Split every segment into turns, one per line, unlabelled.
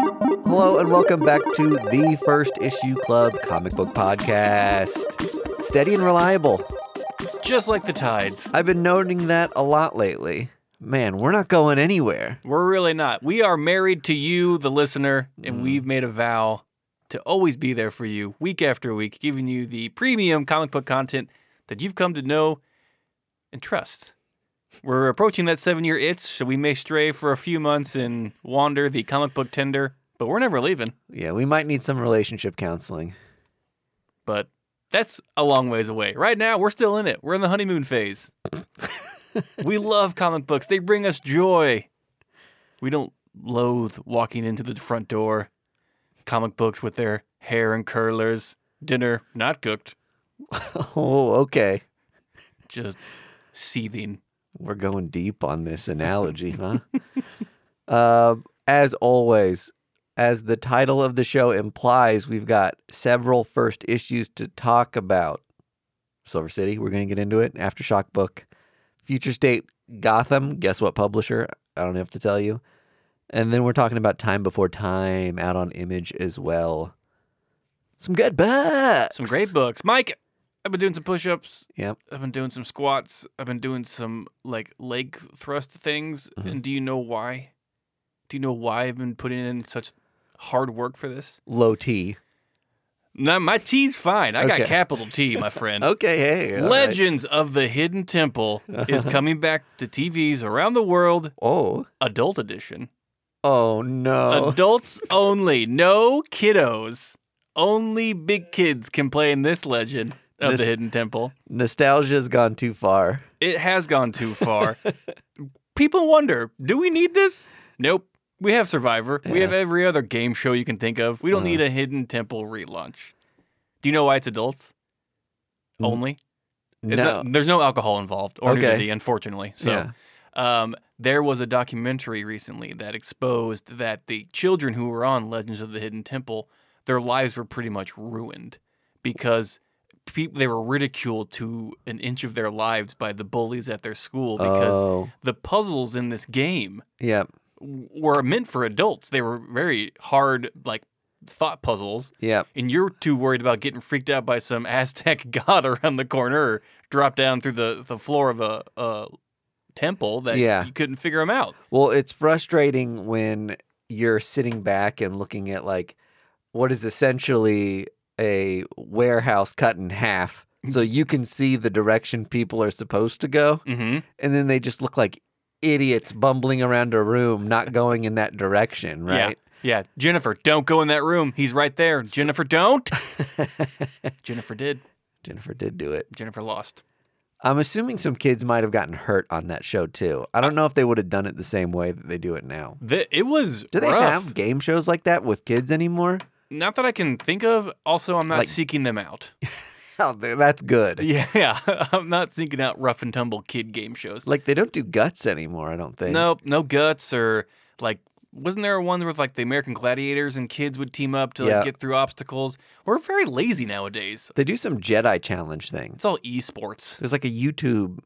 Hello and welcome back to the First Issue Club comic book podcast. Steady and reliable.
Just like the tides.
I've been noting that a lot lately. Man, we're not going anywhere.
We're really not. We are married to you, the listener, and we've made a vow to always be there for you week after week, giving you the premium comic book content that you've come to know and trust. We're approaching that seven year itch, so we may stray for a few months and wander the comic book tender, but we're never leaving.
Yeah, we might need some relationship counseling.
But that's a long ways away. Right now, we're still in it. We're in the honeymoon phase. we love comic books, they bring us joy. We don't loathe walking into the front door, comic books with their hair and curlers, dinner not cooked,
Oh, okay.
just seething.
We're going deep on this analogy, huh? uh, as always, as the title of the show implies, we've got several first issues to talk about. Silver City, we're going to get into it. Aftershock book, Future State, Gotham. Guess what publisher? I don't have to tell you. And then we're talking about Time Before Time out on Image as well. Some good books.
Some great books. Mike, I've been doing some push ups.
Yep.
I've been doing some squats. I've been doing some like leg thrust things.
Mhm.
And do you know why? Do you know why I've been putting in such hard work for this?
Low T.
No, my T's fine. I
Okay.
got capital T, my friend.
Okay, hey. all right.
Legends of the Hidden Temple is coming back to TVs around the world,
Oh.
adult edition.
Oh, no.
Adults only, no kiddos. Only big kids can play in this legend of
This-
the Hidden Temple.
Nostalgia's gone too far.
It has gone too far. People wonder, do we need this? Nope. We have Survivor. We
Yeah.
have every other game show you can think of. We don't
Uh-huh.
need a Hidden Temple relaunch. Do you know why it's adults?
Mm,
Only. It's
no.
not- there's no alcohol involved or
Okay.
nudity, unfortunately. So
Yeah.
um, there was a documentary recently that exposed that the children who were on Legends of the Hidden Temple, their lives were pretty much ruined because people they were ridiculed to an inch of their lives by the bullies at their school because
oh,
the puzzles in this game
yeah,
w- were meant for adults. They were very hard, like thought puzzles,
yeah.
and you're too worried about getting freaked out by some Aztec god around the corner, or drop down through the, the floor of a, a temple that
Yeah.
you couldn't figure them out.
Well, it's frustrating when you're sitting back and looking at like what is essentially a warehouse cut in half, so you can see the direction people are supposed to go,
Mm-hmm.
and then they just look like idiots bumbling around a room, not going in that direction, right?
Yeah. yeah. Jennifer, don't go in that room. He's right there. Jennifer, don't. Jennifer did.
Jennifer did do it.
Jennifer lost.
I'm assuming some kids might have gotten hurt on that show too. I don't know if they would have done it the same way that they do it now.
The, it was
Do they
rough.
have game shows like that with kids anymore?
Not that I can think of. Also, I'm not
Like-
seeking them out.
Oh, th- that's good.
yeah. I'm not seeking out rough and tumble kid game shows.
Like they don't do guts anymore, I don't think.
Nope, no guts or like. Wasn't there one with like the American Gladiators and kids would team up to like
Yeah.
get through obstacles? We're very lazy nowadays.
They do some Jedi challenge thing.
It's all esports.
There's like a YouTube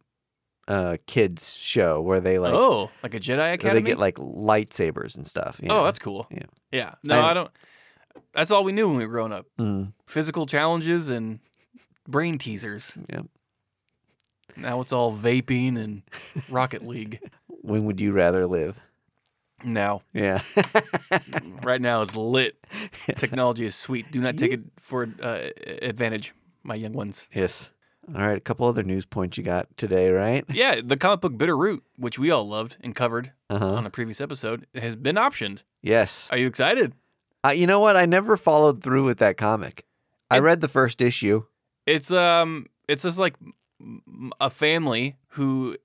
uh kids show where they like
oh, like a Jedi
where
Academy.
they get like lightsabers and stuff. yeah.
Oh, that's cool.
Yeah.
yeah. No,
I-
I, don't. That's all we knew when we were growing up:
Mm,
physical challenges and brain teasers.
yeah.
Now it's all vaping and Rocket League.
When would you rather live?
Now,
Yeah.
right now is lit. Technology is sweet. Do not take it for uh, advantage, my young ones.
yes. All right, a couple other news points you got today, right?
Yeah, the comic book Bitterroot, which we all loved and covered
Uh-huh.
on a previous episode, has been optioned.
Yes.
Are you excited?
Uh, you know what? I never followed through with that comic. I
It-
read the first issue.
It's um, it's just like m- a family who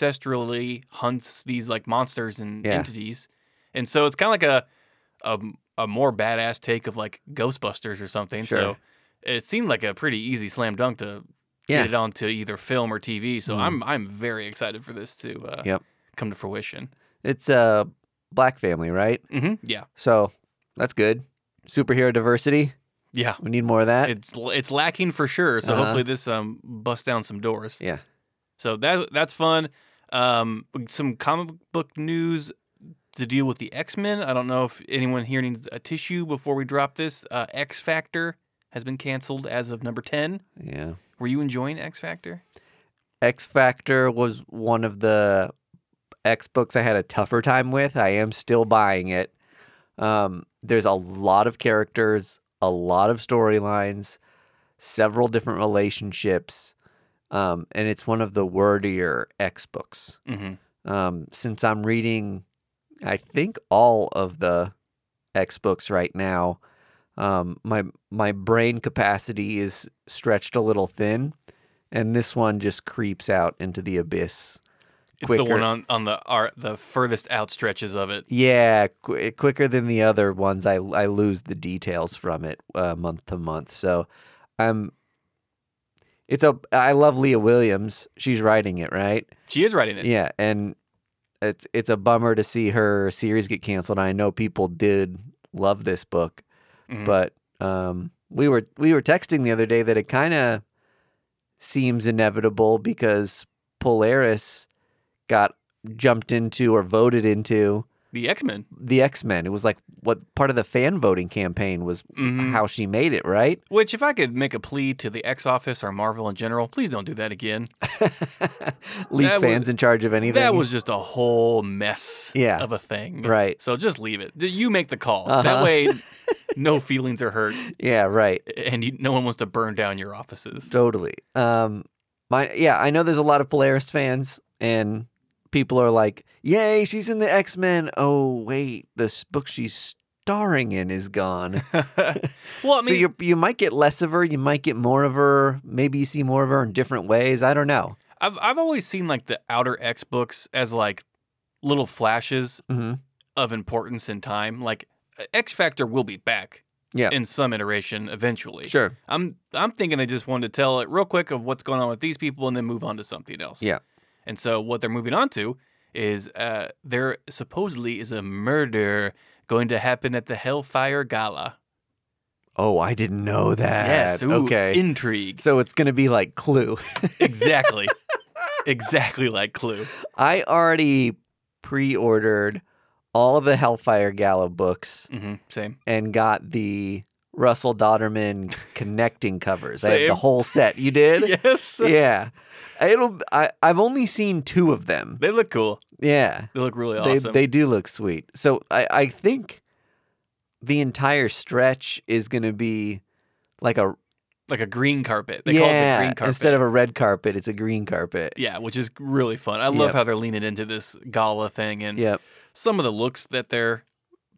ancestrally hunts these like monsters and
Yeah.
entities, and so it's kind of like a, a a more badass take of like Ghostbusters or something. So
Sure.
it seemed like a pretty easy slam dunk to
Yeah.
get it onto either film or TV. So
Mhm.
I'm I'm very excited for this to uh,
Yep.
come to fruition.
It's a black family, right?
hmm Yeah,
So that's good. Superhero diversity.
yeah.
We need more of that.
it's it's lacking for sure. So
Uh-huh.
hopefully this um busts down some doors.
yeah.
So that that's fun. Um, some comic book news to deal with the X Men. I don't know if anyone here needs a tissue before we drop this. Uh, X Factor has been canceled as of number 10.
Yeah.
Were you enjoying X Factor?
X Factor was one of the X books I had a tougher time with. I am still buying it. Um, there's a lot of characters, a lot of storylines, several different relationships, um, and it's one of the wordier X books.
Mm-hmm.
Um, since I'm reading, I think all of the X books right now, um, my my brain capacity is stretched a little thin, and this one just creeps out into the abyss.
It's the
Quicker.
one on, on the ar the furthest out stretches of it.
Yeah, qu- quicker than the other ones. I I lose the details from it uh, month to month. So, I'm. It's a. I love Leah Williams. She's writing it, right?
She is writing it.
Yeah, and it's it's a bummer to see her series get canceled. I know people did love this book,
Mhm.
but um, we were we were texting the other day that it kind of seems inevitable because Polaris got jumped into or voted into
The X Men.
the X Men. It was like what part of the fan voting campaign was
Mm.
how she made it, right?
Mm-hmm. Which, if I could make a plea to the X Office or Marvel in general, please don't do that again.
Leave
That was-
fans in charge of anything.
That was just a whole mess
Yeah.
of a thing.
Right.
So just leave it. D- You make the call.
Uh-huh.
That way, no feelings are hurt
yeah, right.
and you, no one wants to burn down your offices.
Totally. Um, my yeah, I know there's a lot of Polaris fans, and people are like, "Yay, she's in the X Men." Oh wait, this book she's starring in is gone.
well, I
so
mean,
you you might get less of her, you might get more of her. Maybe you see more of her in different ways. I don't know.
I've, I've always seen like the Outer X books as like little flashes
hmm
of importance in time. Like X Factor will be back
Yeah.
in some iteration eventually.
Sure.
I'm I'm thinking they just wanted to tell it real quick of what's going on with these people and then move on to something else.
Yeah.
And so what they're moving on to is uh, there supposedly is a murder going to happen at the Hellfire Gala.
Oh, I didn't know that.
yes. Ooh,
okay.
Intrigue.
so it's gonna be like Clue.
exactly. exactly like Clue.
I already pre-ordered all of the Hellfire Gala books.
hmm same.
and got the Russell Dodderman connecting covers. I have
Same.
the whole set. You did?
yes.
yeah. It'll I, I've only seen two of them.
They look cool.
Yeah.
They look really
They
awesome.
they do look sweet. So I, I think the entire stretch is gonna be like a
like a green carpet. They
yeah,
call it the green carpet.
Instead of a red carpet, it's a green carpet.
yeah, which is really fun. I love
Yep.
how they're leaning into this gala thing and
Yep.
some of the looks that they're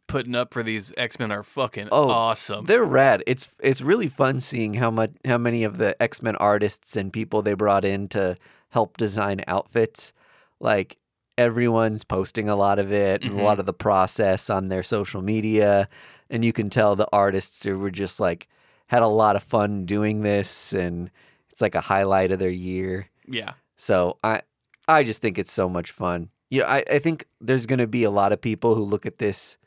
putting up for these X Men are fucking
Oh,
awesome.
They're rad. It's it's really fun seeing how much how many of the X Men artists and people they brought in to help design outfits. Like everyone's posting a lot of it and a lot of the process on their social media, and you can tell the artists who were just like had a lot of fun doing this, and it's like a highlight of their year.
Yeah,
So I I just think it's so much fun. Yeah, I, I think there's gonna be a lot of people who look at this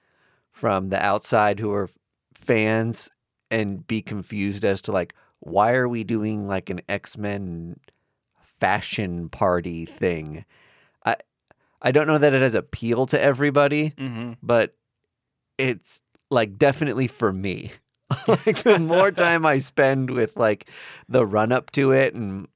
from the outside who are fans and be confused as to like why are we doing like an X-Men fashion party thing? I I don't know that it has appeal to everybody,
hmm
but it's like definitely for me. like the more time I spend with like the run up to it and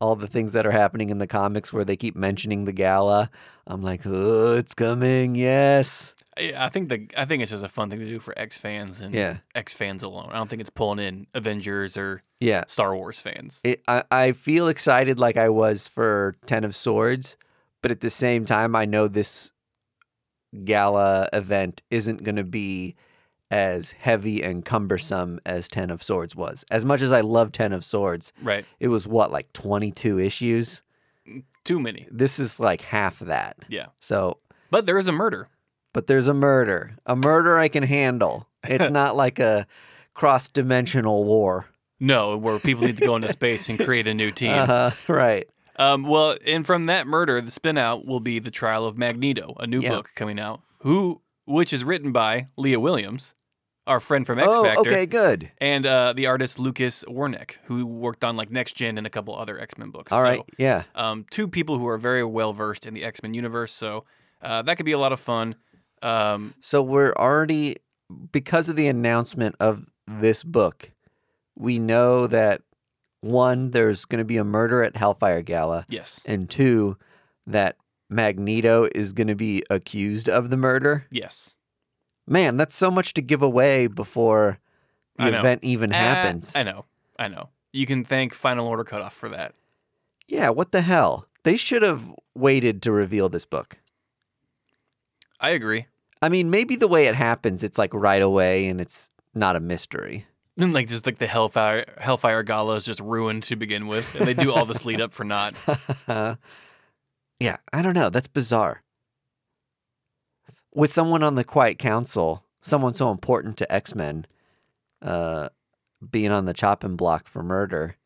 all the things that are happening in the comics where they keep mentioning the gala, I'm like, oh, it's coming, yes.
I, I think the I think it's just a fun thing to do for X fans and
Yeah.
X fans alone. I don't think it's pulling in Avengers or
Yeah.
Star Wars fans.
It, I, I feel excited like I was for Ten of Swords, but at the same time, I know this gala event isn't going to be as heavy and cumbersome as Ten of Swords was. As much as I love Ten of Swords,
Right?
it was what, like 22 issues?
Too many.
This is like half of that.
Yeah,
So,
but there is a murder.
but there's a murder. A murder I can handle. It's not like a cross dimensional war.
No, where people need to go into space and create a new team.
Uh, right.
Um, well, and from that murder, the spin out will be the trial of Magneto, a new
Yeah.
book coming out, who which is written by Leah Williams, our friend from X
oh,
Factor,
okay, good.
and uh, the artist Lucas Warnick, who worked on like Next Gen and a couple other X Men books.
All
So,
right. yeah.
um, two people who are very well versed in the X Men universe, so uh, that could be a lot of fun. Um,
So we're already because of the announcement of this book, we know that one, there's going to be a murder at Hellfire Gala,
yes.
and two, that Magneto is going to be accused of the murder.
Yes.
Man, that's so much to give away before
I
the
know.
event even
Ah,
happens.
I know. I know. You can thank Final Order Cutoff for that.
yeah, what the hell? They should have waited to reveal this book.
I agree.
I mean, maybe the way it happens, it's like right away and it's not a mystery.
Then like just like the Hellfire Hellfire Gala is just ruined to begin with, and they do all this lead up for not.
yeah, I don't know. That's bizarre. With someone on the Quiet Council, someone so important to X Men, uh, being on the chopping block for murder,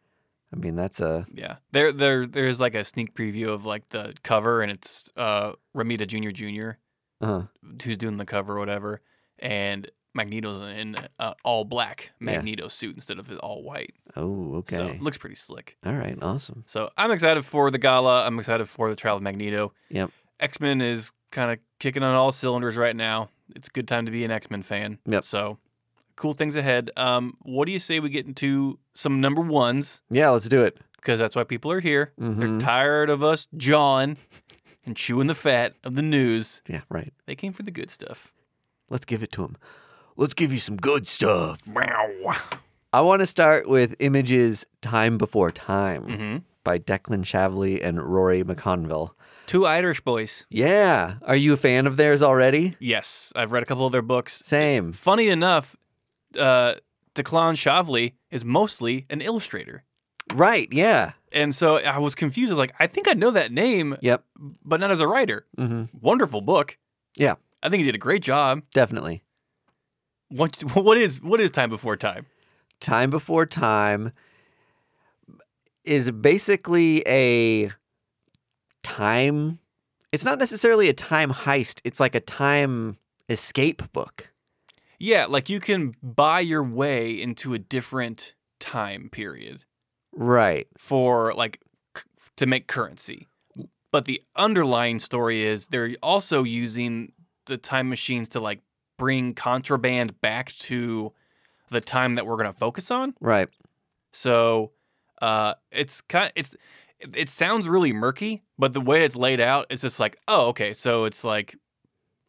I mean that's a
Yeah, there there there's like a sneak preview of like the cover, and it's uh Ramita Junior Junior
uh,
who's doing the cover or whatever, and Magneto's in uh, all black Magneto suit instead of his all white.
oh okay.
So it looks pretty slick.
All right, awesome.
So I'm excited for the gala. I'm excited for the trial of Magneto.
Yep.
X Men is kind of kicking on all cylinders right now. It's a good time to be an X Men fan.
Yep.
So cool things ahead. Um, what do you say we get into some number ones?
Yeah, let's do it.
Because that's why people are here. They're
Mhm.
tired of us jawing and chewing the fat of the news.
Yeah, right.
They came for the good stuff.
Let's give it to him. Let's give you some good stuff.
Wow.
I want to start with images "Time Before Time"
hmm
by Declan Shavley and Rory McConville.
Two Irish boys.
Yeah, are you a fan of theirs already?
Yes, I've read a couple of their books.
Same.
Funny enough, uh, Declan Shavli is mostly an illustrator.
Right, yeah.
And so I was confused. I was like, I think I know that name,
Yep.
but not as a writer.
hmm
Wonderful book.
Yeah.
I think he did a great job.
Definitely.
What what is what is time before time?
Time Before Time is basically a time. It's not necessarily a time heist, it's like a time escape book.
Yeah, like you can buy your way into a different time period
Right.
for like c- to make currency. But the underlying story is they're also using the time machines to like bring contraband back to the time that we're going to focus on.
Right.
So uh, it's kind it's it- it sounds really murky, but the way it's laid out is just like, oh, okay, so it's like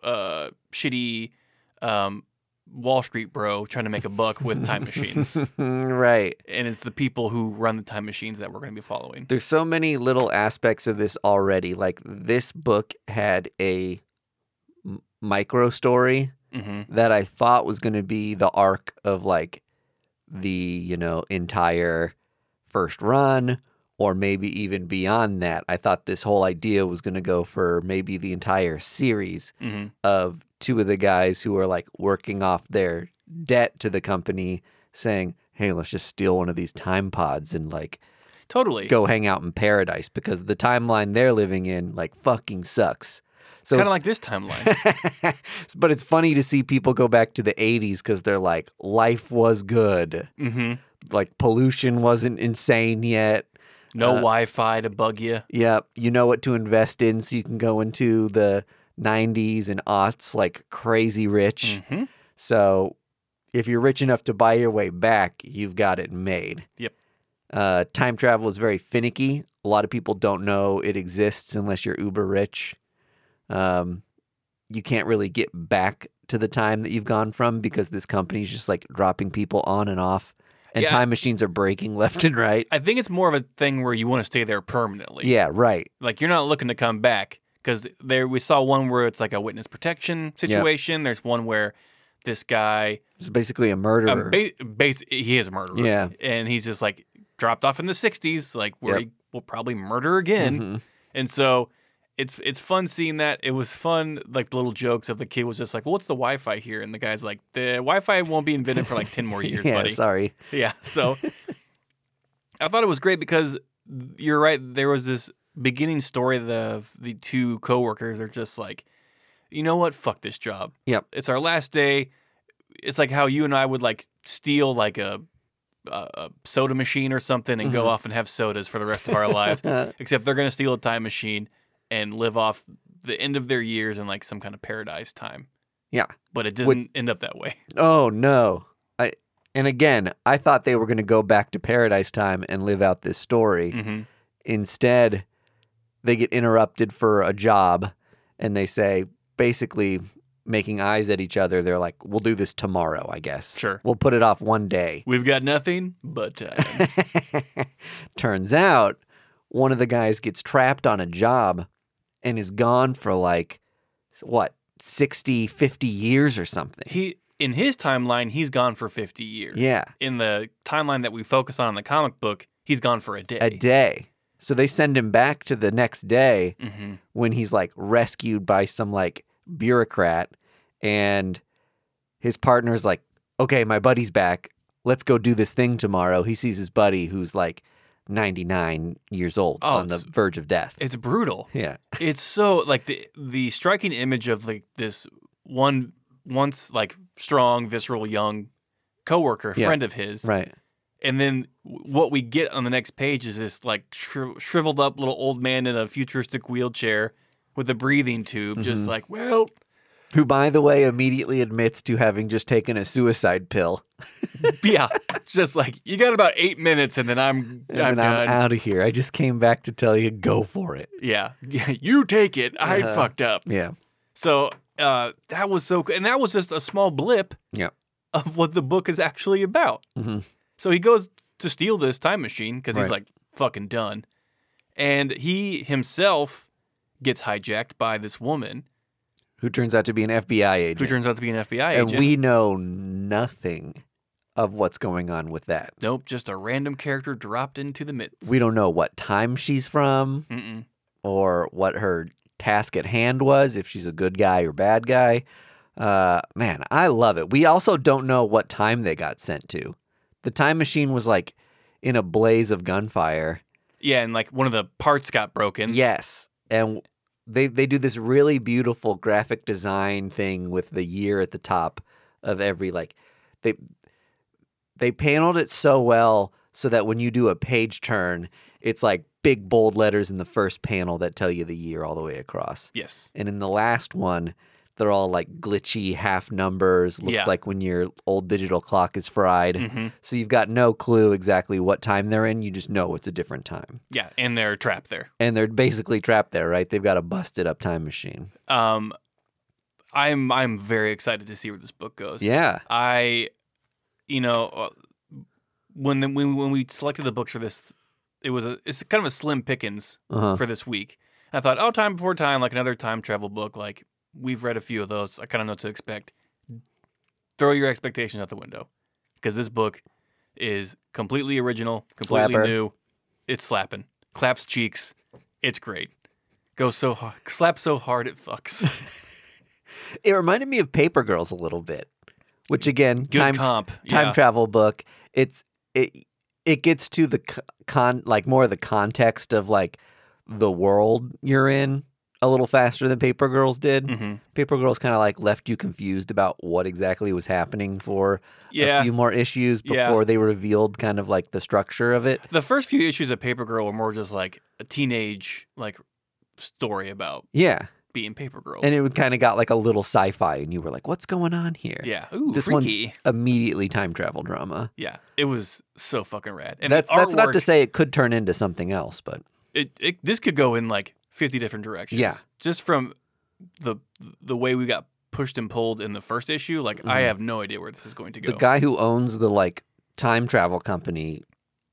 uh, shitty um, Wall Street bro trying to make a buck with time machines,
right.
and it's the people who run the time machines that we're going to be following.
There's so many little aspects of this already. Like this book had a m- micro story
hmm
that I thought was going to be the arc of like the, you know, entire first run or maybe even beyond that. I thought this whole idea was going to go for maybe the entire series
hmm
of two of the guys who are like working off their debt to the company saying, "Hey, let's just steal one of these time pods and like
Totally.
go hang out in paradise because the timeline they're living in like fucking sucks." So
kind
it's-
of like this timeline.
but it's funny to see people go back to the 80s because they're like, life was good.
hmm
Like, pollution wasn't insane yet.
No
Uh,
Wi-Fi to bug you.
Yep. You know what to invest in. So you can go into the 90s and aughts like crazy rich.
hmm
So if you're rich enough to buy your way back, you've got it made.
Yep.
Uh, time travel is very finicky. A lot of people don't know it exists unless you're uber rich. Um, you can't really get back to the time that you've gone from because this company's just like dropping people on and off, and
Yeah.
time machines are breaking left and right.
I think it's more of a thing where you want to stay there permanently.
Yeah, right.
like you're not looking to come back because there we saw one where it's like a witness protection situation. There's one where this guy,
It's basically a
um,
murderer.
ba- bas- he is a murderer,
Yeah.
and he's just like dropped off in the '60s, like where
Yep.
he will probably murder again.
Mhm.
And so it's it's fun seeing that. It was fun, like the little jokes of the kid was just like, well, "What's the Wi-Fi here?" And the guy's like, "The Wi-Fi won't be invented for like ten more years,
yeah,
buddy."
sorry.
Yeah. So I thought it was great because you're right. There was this beginning story. The the two coworkers are just like, you know what? Fuck this job.
Yep.
It's our last day. It's like how you and I would like steal like a a a soda machine or something and go
Mhm.
off and have sodas for the rest of our lives.
Uh,
Except they're gonna steal a time machine and live off the end of their years in like some kind of paradise time.
Yeah.
but it doesn't
Would-
end up that way.
Oh no. I and again, I thought they were going to go back to Paradise Time and live out this story.
Mhm.
Instead, they get interrupted for a job and they say basically making eyes at each other. They're like, "We'll do this tomorrow, I guess.
Sure.
We'll put it off one day."
We've got nothing but uh, time.
Turns out one of the guys gets trapped on a job and is gone for like what, 60, 50 years or something.
he in his timeline, he's gone for 50 years.
Yeah.
In the timeline that we focus on in the comic book, he's gone for a day.
a day. So they send him back to the next day
Mhm.
when he's like rescued by some like bureaucrat and his partner's like, "Okay, my buddy's back. Let's go do this thing tomorrow." He sees his buddy who's like 99 years old
Oh,
on the
it's-
verge of death.
It's brutal.
yeah.
it's so like the the striking image of like this one once like strong visceral young coworker
Yeah.
friend of his
Right.
and then w- what we get on the next page is this like shriv shriveled up little old man in a futuristic wheelchair with a breathing tube just
Mm-hmm.
like well
Who by the way immediately admits to having just taken a suicide pill.
yeah just like you got about 8 minutes and then I'm
And
I'm
then I'm
done
out of here. I just came back to tell you go for it.
yeah you take it I
Uh-huh.
fucked up
Yeah.
so uh that was so co- and that was just a small blip
Yeah.
of what the book is actually about.
Mhm.
So he goes to steal this time machine because he's
Right.
like fucking done. And he himself gets hijacked by this woman
Who turns out to be an FBI agent.
who turns out to be an FBI
and
agent.
we know nothing of what's going on with that.
nope, just a random character dropped into the midst.
We don't know what time she's from
Mm-mm.
or what her task at hand was, if she's a good guy or bad guy. Uh, man, I love it. We also don't know what time they got sent to. The time machine was like in a blaze of gunfire.
Yeah, and like one of the parts got broken.
Yes, and they they do this really beautiful graphic design thing with the year at the top of every like they they paneled it so well so that when you do a page turn, it's like big bold letters in the first panel that tell you the year all the way across.
Yes.
And in the last one, they're all like glitchy half numbers. Looks
Yeah.
like when your old digital clock is fried.
hmm
So you've got no clue exactly what time they're in. You just know it's a different time
Yeah, and they're trapped there.
and they're basically trapped there, right? They've got a busted up time machine.
Um, I'm I'm very excited to see where this book goes.
Yeah,
I, you know, uh, when the, when when we selected the books for this, it was a it's kind of a slim pickings
uh-huh.
for this week. And I thought, oh, time before time, like another time travel book. Like we've read a few of those. I kind of know what to expect. Throw your expectations out the window, because this book is completely original, completely
Slapper.
new. It's slapping, claps cheeks. It's great. Go so hard, slap so hard it fucks.
it reminded me of Paper Girls a little bit, which again,
Good
time
comp.
time
yeah.
travel book. It's it it gets to the c- con like more of the context of like the world you're in a little faster than Paper Girls did.
Mhm.
Paper Girls kind of like left you confused about what exactly was happening for
Yeah.
a few more issues
Yeah.
before they revealed kind of like the structure of it.
The first few issues of Paper Girl were more just like a teenage like story about
Yeah.
being Paper Girls.
And it kind of got like a little sci-fi, and you were like, "What's going on here?"
yeah, ooh,
this
freaky.
one's immediately time travel drama.
Yeah, it was so fucking rad. And
that's
the artwork,
that's not to say it could turn into something else, but
it, it this could go in like fifty different directions.
Yeah.
just from the the way we got pushed and pulled in the first issue, like I
Mhm.
have no idea where this is going to go.
the guy who owns the like time travel company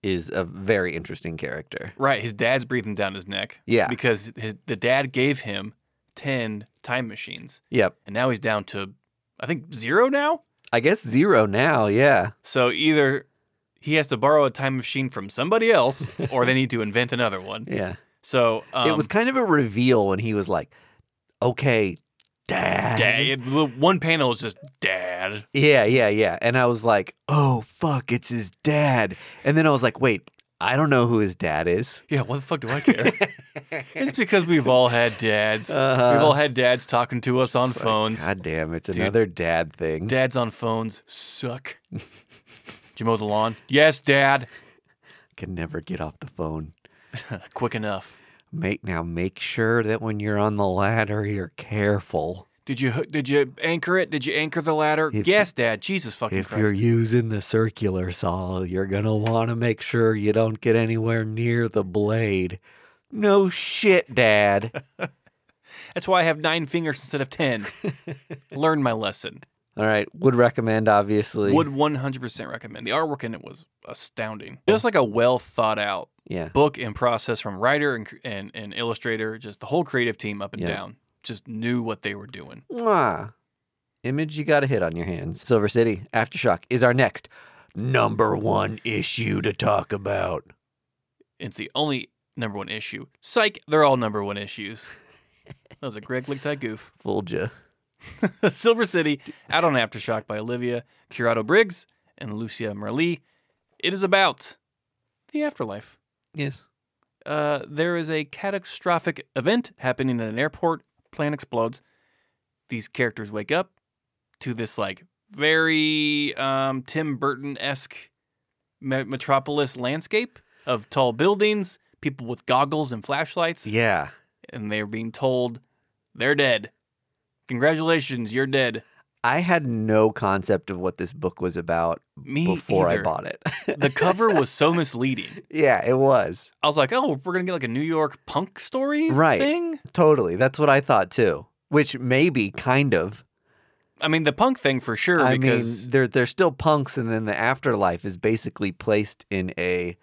is a very interesting character.
right, his dad's breathing down his neck.
Yeah.
because his, the dad gave him ten time machines,
Yep.
and now he's down to I think zero now.
I guess zero now. Yeah.
So either he has to borrow a time machine from somebody else, or they need to invent another one.
Yeah.
So um,
it was kind of a reveal when he was like, "Okay, dad."
dad. it- the one panel is just dad.
Yeah, yeah, yeah. And I was like, "Oh fuck, it's his dad." And then I was like, "Wait, I don't know who his dad is."
Yeah, what the fuck do I care? it's because we've all had dads. We've all had dads talking to us on phones.
Uh-huh. God damn, it's
Dude.
another dad thing.
Dads on phones suck. Did you mow the lawn? Yes, dad.
Can never get off the phone.
Quick enough.
Make now make sure that when you're on the ladder you're careful.
Did you did you anchor it? Did you anchor the ladder?
If-
yes, Dad. Jesus fucking
If
Christ.
you're using the circular saw, you're going to want to make sure you don't get anywhere near the blade. No shit, Dad.
That's why I have nine fingers instead of ten. Learn my lesson.
All right. Would recommend, obviously.
Would 100% recommend. The artwork in it was astounding. Just like a well thought out
Yeah.
book and process from writer and and, and illustrator, just the whole creative team up and
Yeah.
down, just knew what they were doing.
Mwah. Image you got a hit on your hands. Silver City Aftershock is our next number one issue to talk about.
It's the only number one issue. Psych, they're all number one issues. That was a Greg Lichtai goof.
Fooled ya.
Silver City, out on Aftershock by Olivia Curado Briggs and Lucia Merli. It is about the afterlife.
Yes.
uh, there is a catastrophic event happening at an airport. Plane explodes. These characters wake up to this like very um, Tim Burton esque me- metropolis landscape of tall buildings, people with goggles and flashlights,
Yeah.
and they're being told they're dead. Congratulations, you're dead.
I had no concept of what this book was about
Me
before
either.
I bought it.
The cover was so misleading.
yeah, it was.
I was like, oh, we're gonna get like a New York punk story
Right.
thing.
Totally. That's what I thought too. Which maybe kind of.
I mean, the punk thing for sure.
I
because
mean, they're they're still punks and then the afterlife is basically placed in a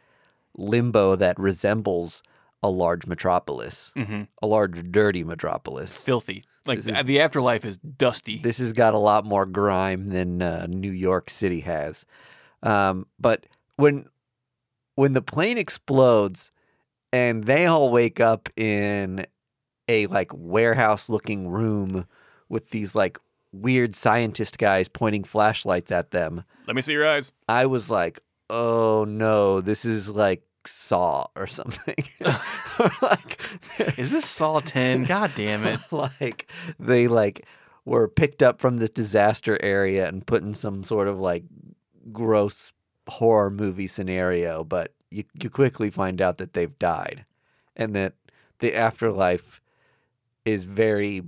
limbo that resembles a large metropolis.
Mhm.
A large dirty metropolis.
filthy. Like
This is-
the, the afterlife is dusty.
This has got a lot more grime than uh, New York City has. Um, but when when the plane explodes and they all wake up in a like warehouse looking room with these like weird scientist guys pointing flashlights at them,
Let me see your eyes.
I was like, "Oh no, this is like Saw or something." Or, like
Is this Saw 10? God damn it.
like they like were picked up from this disaster area and put in some sort of like gross horror movie scenario, but you you quickly find out that they've died and that the afterlife is very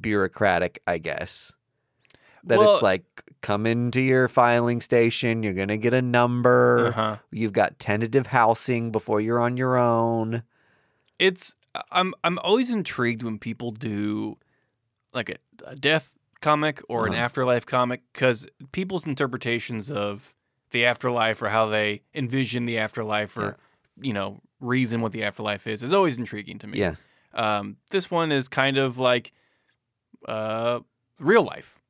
bureaucratic, I guess. That
Well-
it's like come into your filing station, you're gonna get a number.
Uh-huh.
You've got tentative housing before you're on your own.
It's I'm I'm always intrigued when people do like a, a death comic or an
Uh-huh.
afterlife comic cuz people's interpretations of the afterlife or how they envision the afterlife or you know reason what the afterlife is is always intriguing to me.
Yeah.
Um this one is kind of like uh real life.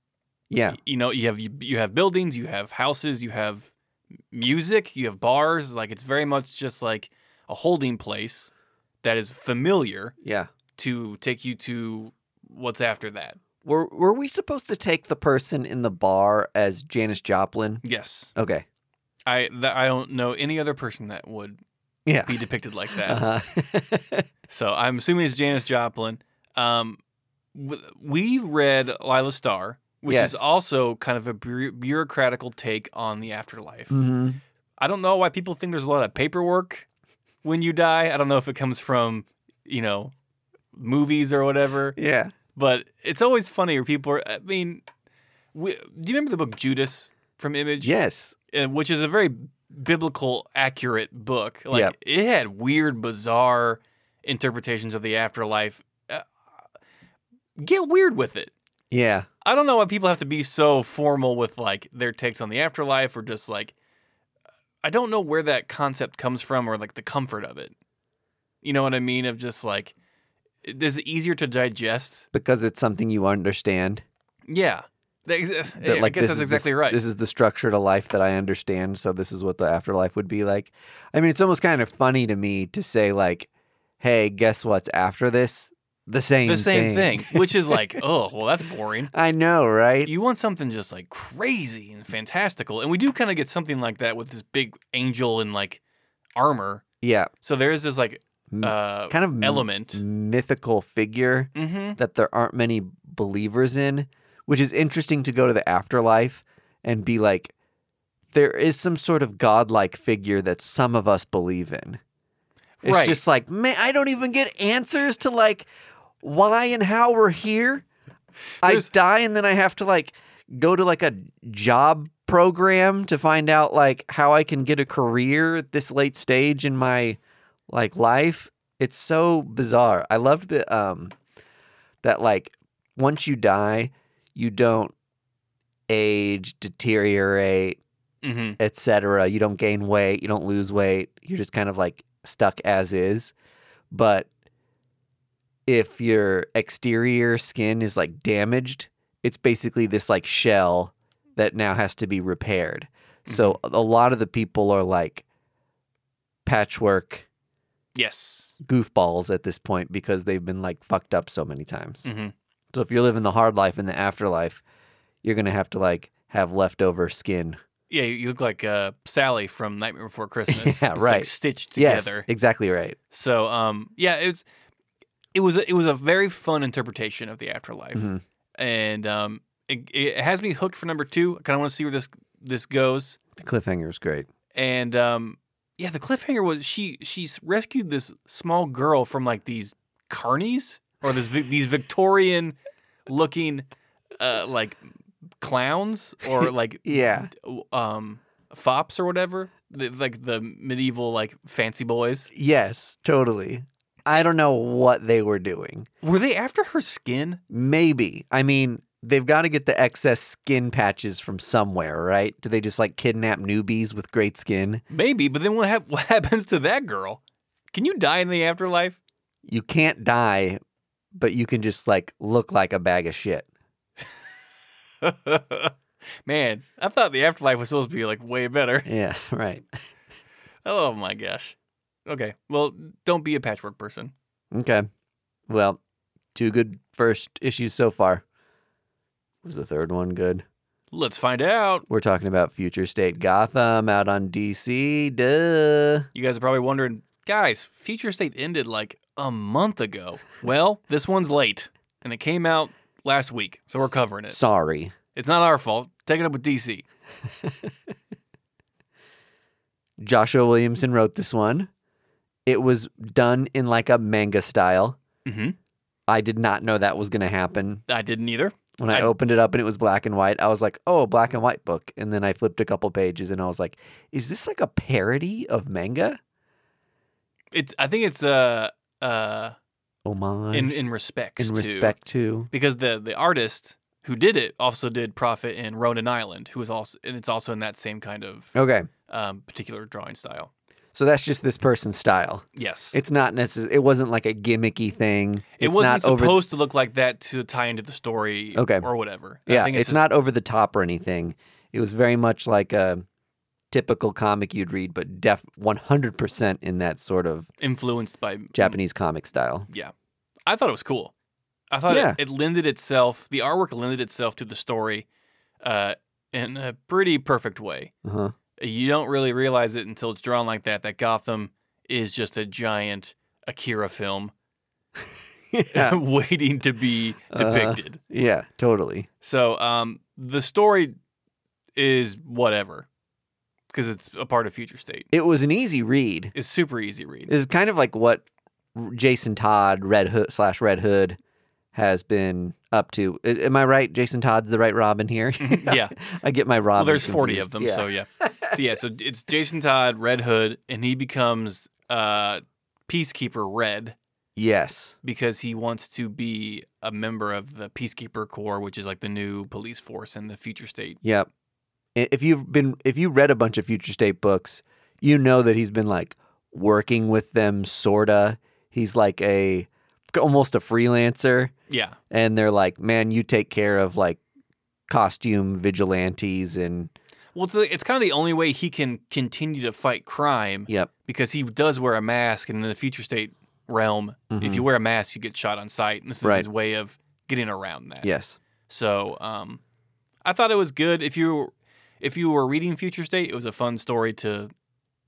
Yeah.
Y- you know you have you, you have buildings you have houses you have music you have bars like it's very much just like a holding place that is familiar
Yeah.
to take you to what's after that
Were were we supposed to take the person in the bar as Janis Joplin?
yes
Okay.
i th- i don't know any other person that would
Yeah.
be depicted like that
Uh-huh.
so i'm assuming it's janis joplin um w- we read lila star which
Yes.
is also kind of a bu- bureaucratical take on the afterlife
hmm
I don't know why people think there's a lot of paperwork when you die. I don't know if it comes from, you know, movies or whatever,
Yeah.
but it's always funny where people are, I mean, we, do you remember the book Judas from Image?
Yes.
Uh, Which is a very biblical accurate book. Like
Yep.
it had weird, bizarre interpretations of the afterlife. Uh, get weird with it.
Yeah.
I don't know why people have to be so formal with like their takes on the afterlife or just like I don't know where that concept comes from or like the comfort of it. You know what I mean? Of just like is it easier to digest?
Because it's something you understand.
Yeah. That ex-
That,
I
like,
guess
this
that's
is the-
exactly right.
This is the structure to life that I understand. So this is what the afterlife would be like. I mean, it's almost kind of funny to me to say like, "Hey, guess what's after this? The same.
the same thing, which is like, oh, well that's boring.
I know, right?
You want something just like crazy and fantastical. And we do kind of get something like that with this big angel in like armor.
yeah.
So there is this like
M-
uh
Mm, kind of mm. m-
element.
mythical figure.
Mhm.
that there aren't many believers in, which is interesting to go to the afterlife and be like, there is some sort of godlike figure that some of us believe in. It's
Right.
just like, man, I don't even get answers to like why and how we're here. I
There's-
die and then I have to like go to like a job program to find out like how I can get a career at this late stage in my like life. It's so bizarre. I loved the um that like once you die, you don't age, deteriorate,
hmm
etc. You don't gain weight, you don't lose weight. You're just kind of like stuck as is. But if your exterior skin is like damaged, it's basically this like shell that now has to be repaired. So a lot of the people are like patchwork
Yes.
goofballs at this point because they've been like fucked up so many times.
Mhm.
So if you're living the hard life in the afterlife, you're going to have to like have leftover skin.
Yeah, you- you look like uh, Sally from Nightmare Before Christmas.
Yeah,
It's, Like
right.
stitched
Yes,
together.
exactly right.
So, um, yeah, it's it was it was a very fun interpretation of the afterlife,
Mhm.
and um, it, it has me hooked for number two. I kind of want to see where this this goes.
The cliffhanger is great.
And um, yeah, the cliffhanger was she she's rescued this small girl from like these carnies or this Vic- these Victorian looking uh, like clowns or like
Yeah.
um fops or whatever the, like the medieval like fancy boys
Yes, totally. I don't know what they were doing.
were they after her skin
Maybe. I mean, they've got to get the excess skin patches from somewhere, right? Do they just like kidnap newbies with great skin?
maybe but then what, hap- what happens to that girl can you die in the afterlife
You can't die, but you can just like look like a bag of shit.
man i thought the afterlife was supposed to be like way better
Yeah, right.
oh my gosh okay well don't be a patchwork person
Okay. Well, two good first issues so far. Was the third one good?
let's find out
We're talking about Future State Gotham out on DC. Duh.
you guys are probably wondering guys future state ended like a month ago well this one's late and it came out last week so we're covering it
Sorry.
It's not our fault. Take it up with DC.
Joshua Williamson wrote this one. It was done in like a manga style.
Mm-hmm.
I did not know that was going to happen.
I didn't either.
When I,
I-
opened it up and it was black and white, I was like, oh, black and white book. And then I flipped a couple pages and I was like, is this like a parody of manga?
It's. I think it's uh uh
Oh my.
in in respects
In
to-
respect to.
because the the artist who did it also did Prophet in Ronan Island, who is also and it's also in that same kind of
Okay.
um, particular drawing style.
So that's just this person's style.
Yes,
It's not necessary. It wasn't like a gimmicky thing.
it
It's
wasn't
not over.
supposed to look like that to tie into the story.
Okay.
or whatever. I
yeah,
think
it's,
just-
not over the top or anything. It was very much like a typical comic you'd read, but def 100% in that sort of
influenced by
Japanese comic style.
I thought it was cool. I thought
Yeah.
it, it lended itself. The artwork lended itself to the story, uh, in a pretty perfect way.
Uh-huh.
you don't really realize it until it's drawn like that that Gotham is just a giant Akira film
yeah.
waiting to be
Uh-huh.
depicted.
yeah, totally.
So um, the story is whatever because it's a part of Future State.
It was an easy read.
It's super easy read.
It's kind of like what Jason Todd, Red Hood slash Red Hood, has been up to. I- am I right? Jason Todd's the right Robin here.
Mm-hmm. yeah.
I get my Robin.
Well, there's 40 of them,
Yeah.
so yeah. So yeah, so it's Jason Todd, Red Hood, and he becomes uh, Peacekeeper Red.
yes,
because he wants to be a member of the Peacekeeper Corps, which is like the new police force in the future state.
Yep. I- If you've been if you read a bunch of Future State books, you know that he's been like working with them sorta. He's like a almost a freelancer
Yeah.
and they're like, "Man, you take care of like costume vigilantes and
Well, it's, it's kind of the only way he can continue to fight crime
yep,
because he does wear a mask. And in the future state realm, if
Mhm.
you wear a mask, you get shot on sight. And this is
Right.
his way of getting around that.
yes.
So um, I thought it was good. If you if you were reading Future State, it was a fun story to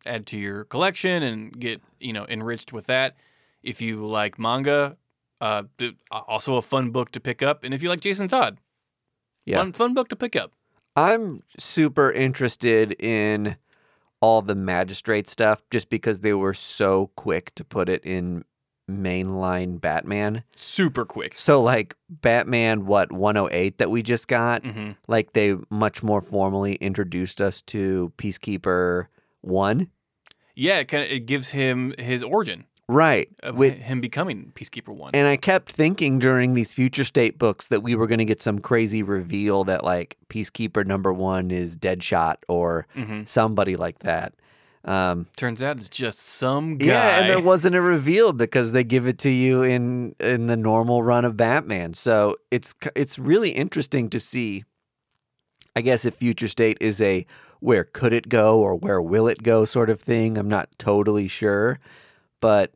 add to your collection and get you know enriched with that. If you like manga, uh, th- also a fun book to pick up. And if you like Jason Todd,
Yeah.
fun fun book to pick up.
I'm super interested in all the magistrate stuff just because they were so quick to put it in mainline Batman.
Super quick.
So like Batman what 108 that we just got,
hmm
like they much more formally introduced us to Peacekeeper 1.
Yeah, it kind of it gives him his origin
Right.
of
With
him becoming Peacekeeper One.
and I kept thinking during these future state books that we were going to get some crazy reveal that like Peacekeeper number 1 is Deadshot or
hmm
somebody like that. Um
Turns out it's just some guy.
Yeah, and there wasn't a reveal because they give it to you in in the normal run of Batman. So it's c- it's really interesting to see. I guess if Future State is a where could it go or where will it go sort of thing, I'm not totally sure, but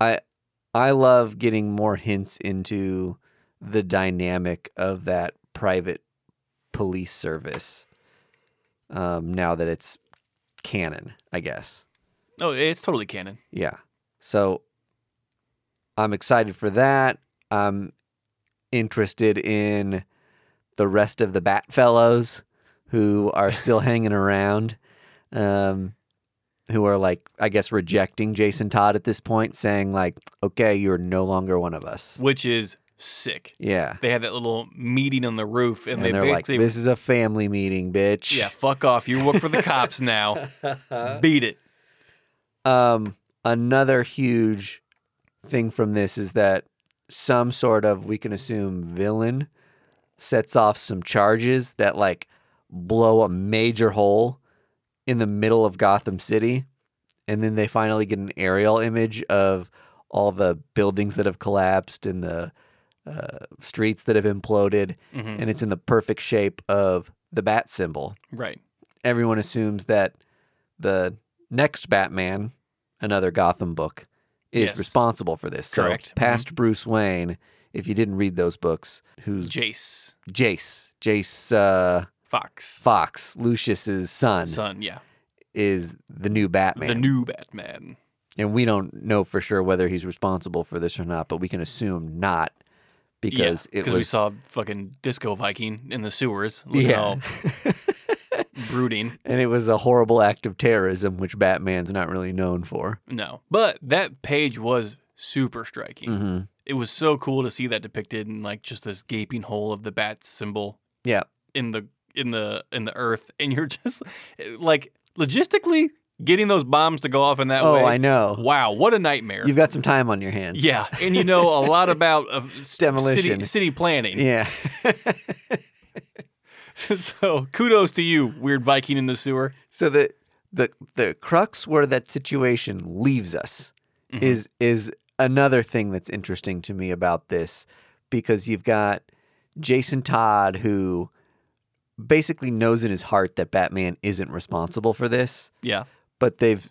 I I love getting more hints into the dynamic of that private police service. Um, now that it's canon, I guess.
oh, it's totally canon.
Yeah. So I'm excited for that. I'm interested in the rest of the Bat Fellows who are still hanging around, um, who are like, I guess, rejecting Jason Todd at this point, saying, like, okay, you're no longer one of us.
which is sick.
Yeah.
They had that little meeting on the roof, and,
And,
they
they're like,
basically,
this is a family meeting, bitch.
yeah, fuck off. You work for the cops now. Beat it.
Um, another huge thing from this is that some sort of we can assume villain sets off some charges that like blow a major hole in the middle of Gotham City, and then they finally get an aerial image of all the buildings that have collapsed and the uh, streets that have imploded,
Mhm.
and it's in the perfect shape of the bat symbol
Right.
everyone assumes that the next Batman, another Gotham book, is
Yes.
responsible for this. So
Correct. Mm-hmm.
past Bruce Wayne, if you didn't read those books, who's
Jace
Jace? Jace uh,
Fox.
Fox, Lucius's son,
Son, yeah.
is the new Batman.
The new Batman.
and we don't know for sure whether he's responsible for this or not, but we can assume not because
yeah,
it
we
was
saw fucking Disco Viking in the sewers. Looking
Yeah.
all brooding.
and it was a horrible act of terrorism, which Batman's not really known for.
No. But that page was super striking.
hmm
It was so cool to see that depicted in like just this gaping hole of the bat symbol
Yeah,
in the in the in the earth and you're just like logistically getting those bombs to go off in that
Oh,
way
I know.
wow what a nightmare
you've got some time on your hands.
yeah and you know a lot about uh, s-
Demolition.
city, city planning
Yeah.
so kudos to you weird viking in the sewer
so the the the crux where that situation leaves us is is another thing that's interesting to me about this because you've got Jason Todd who basically knows in his heart that Batman isn't responsible for this,
yeah
but they've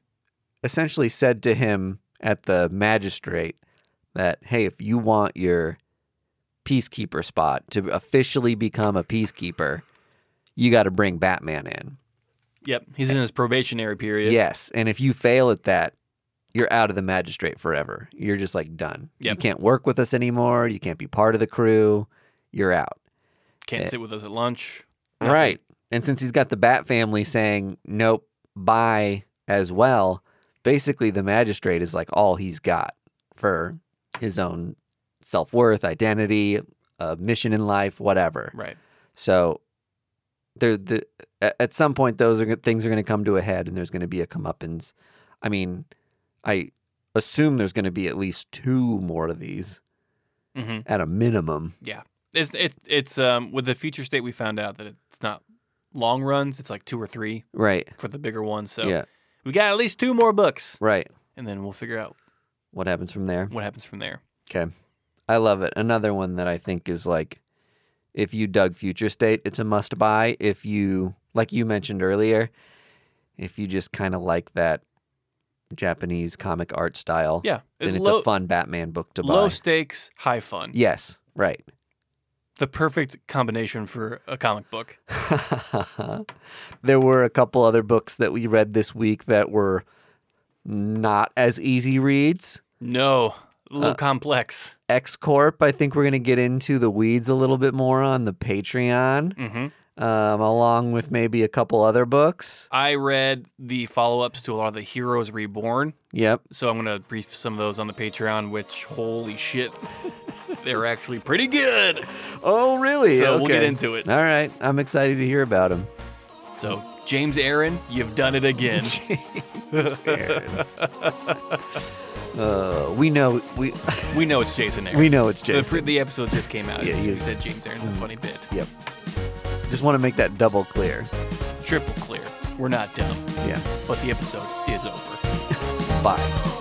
essentially said to him at the magistrate that hey, if you want your peacekeeper spot to officially become a peacekeeper, you got to bring Batman in.
yep he's in his probationary period
Yes, and if you fail at that, you're out of the magistrate forever. You're just like done. You
Yep.
can't work with us anymore. You can't be part of the crew. You're out.
can't sit with us at lunch Nothing.
Right. And since he's got the Bat family saying nope, bye as well, basically the magistrate is like all he's got for his own self worth, identity, uh, mission in life, whatever.
right
So there the a- at some point those are go- things are going to come to a head and there's going to be a comeuppance. I mean, I assume there's going to be at least two more of these
hmm
at a minimum.
yeah it's it's it's um with the future state we found out that it's not long runs it's like two or three
Right.
for the bigger ones so
Yeah.
we got at least two more books
Right.
and then we'll figure out
What happens from there?
what happens from there.
Okay. I love it. Another one that I think is like if you dug Future State, it's a must buy. If you like you mentioned earlier, if you just kind of like that Japanese comic art style,
Yeah,
then it's
low,
a fun Batman book to buy.
low stakes, high fun.
Yes, right.
The perfect combination for a comic book.
there were a couple other books that we read this week that were not as easy reads.
No, a
Uh,
little complex.
X Corp, I think we're going to get into the weeds a little bit more on the Patreon.
Mm-hmm.
um, along with maybe a couple other books.
I read the follow ups to a lot of the Heroes Reborn,
Yep.
so I'm gonna brief some of those on the Patreon. Which holy shit, they're actually pretty good.
Oh, really?
So we'll get
Okay.
into it.
All right. I'm excited to hear about them.
So James Aaron, you've done it again.
Uh, we know we
we know it's Jason Aaron.
we know it's
the,
Jason.
pre- the episode just came out.
Yeah, Mm.
Yeah,
he
you
is.
said James Aaron's a funny bit.
Yep. Just want to make that double clear.
Triple clear. We're not dumb,
Yeah.
but the episode is over.
Bye.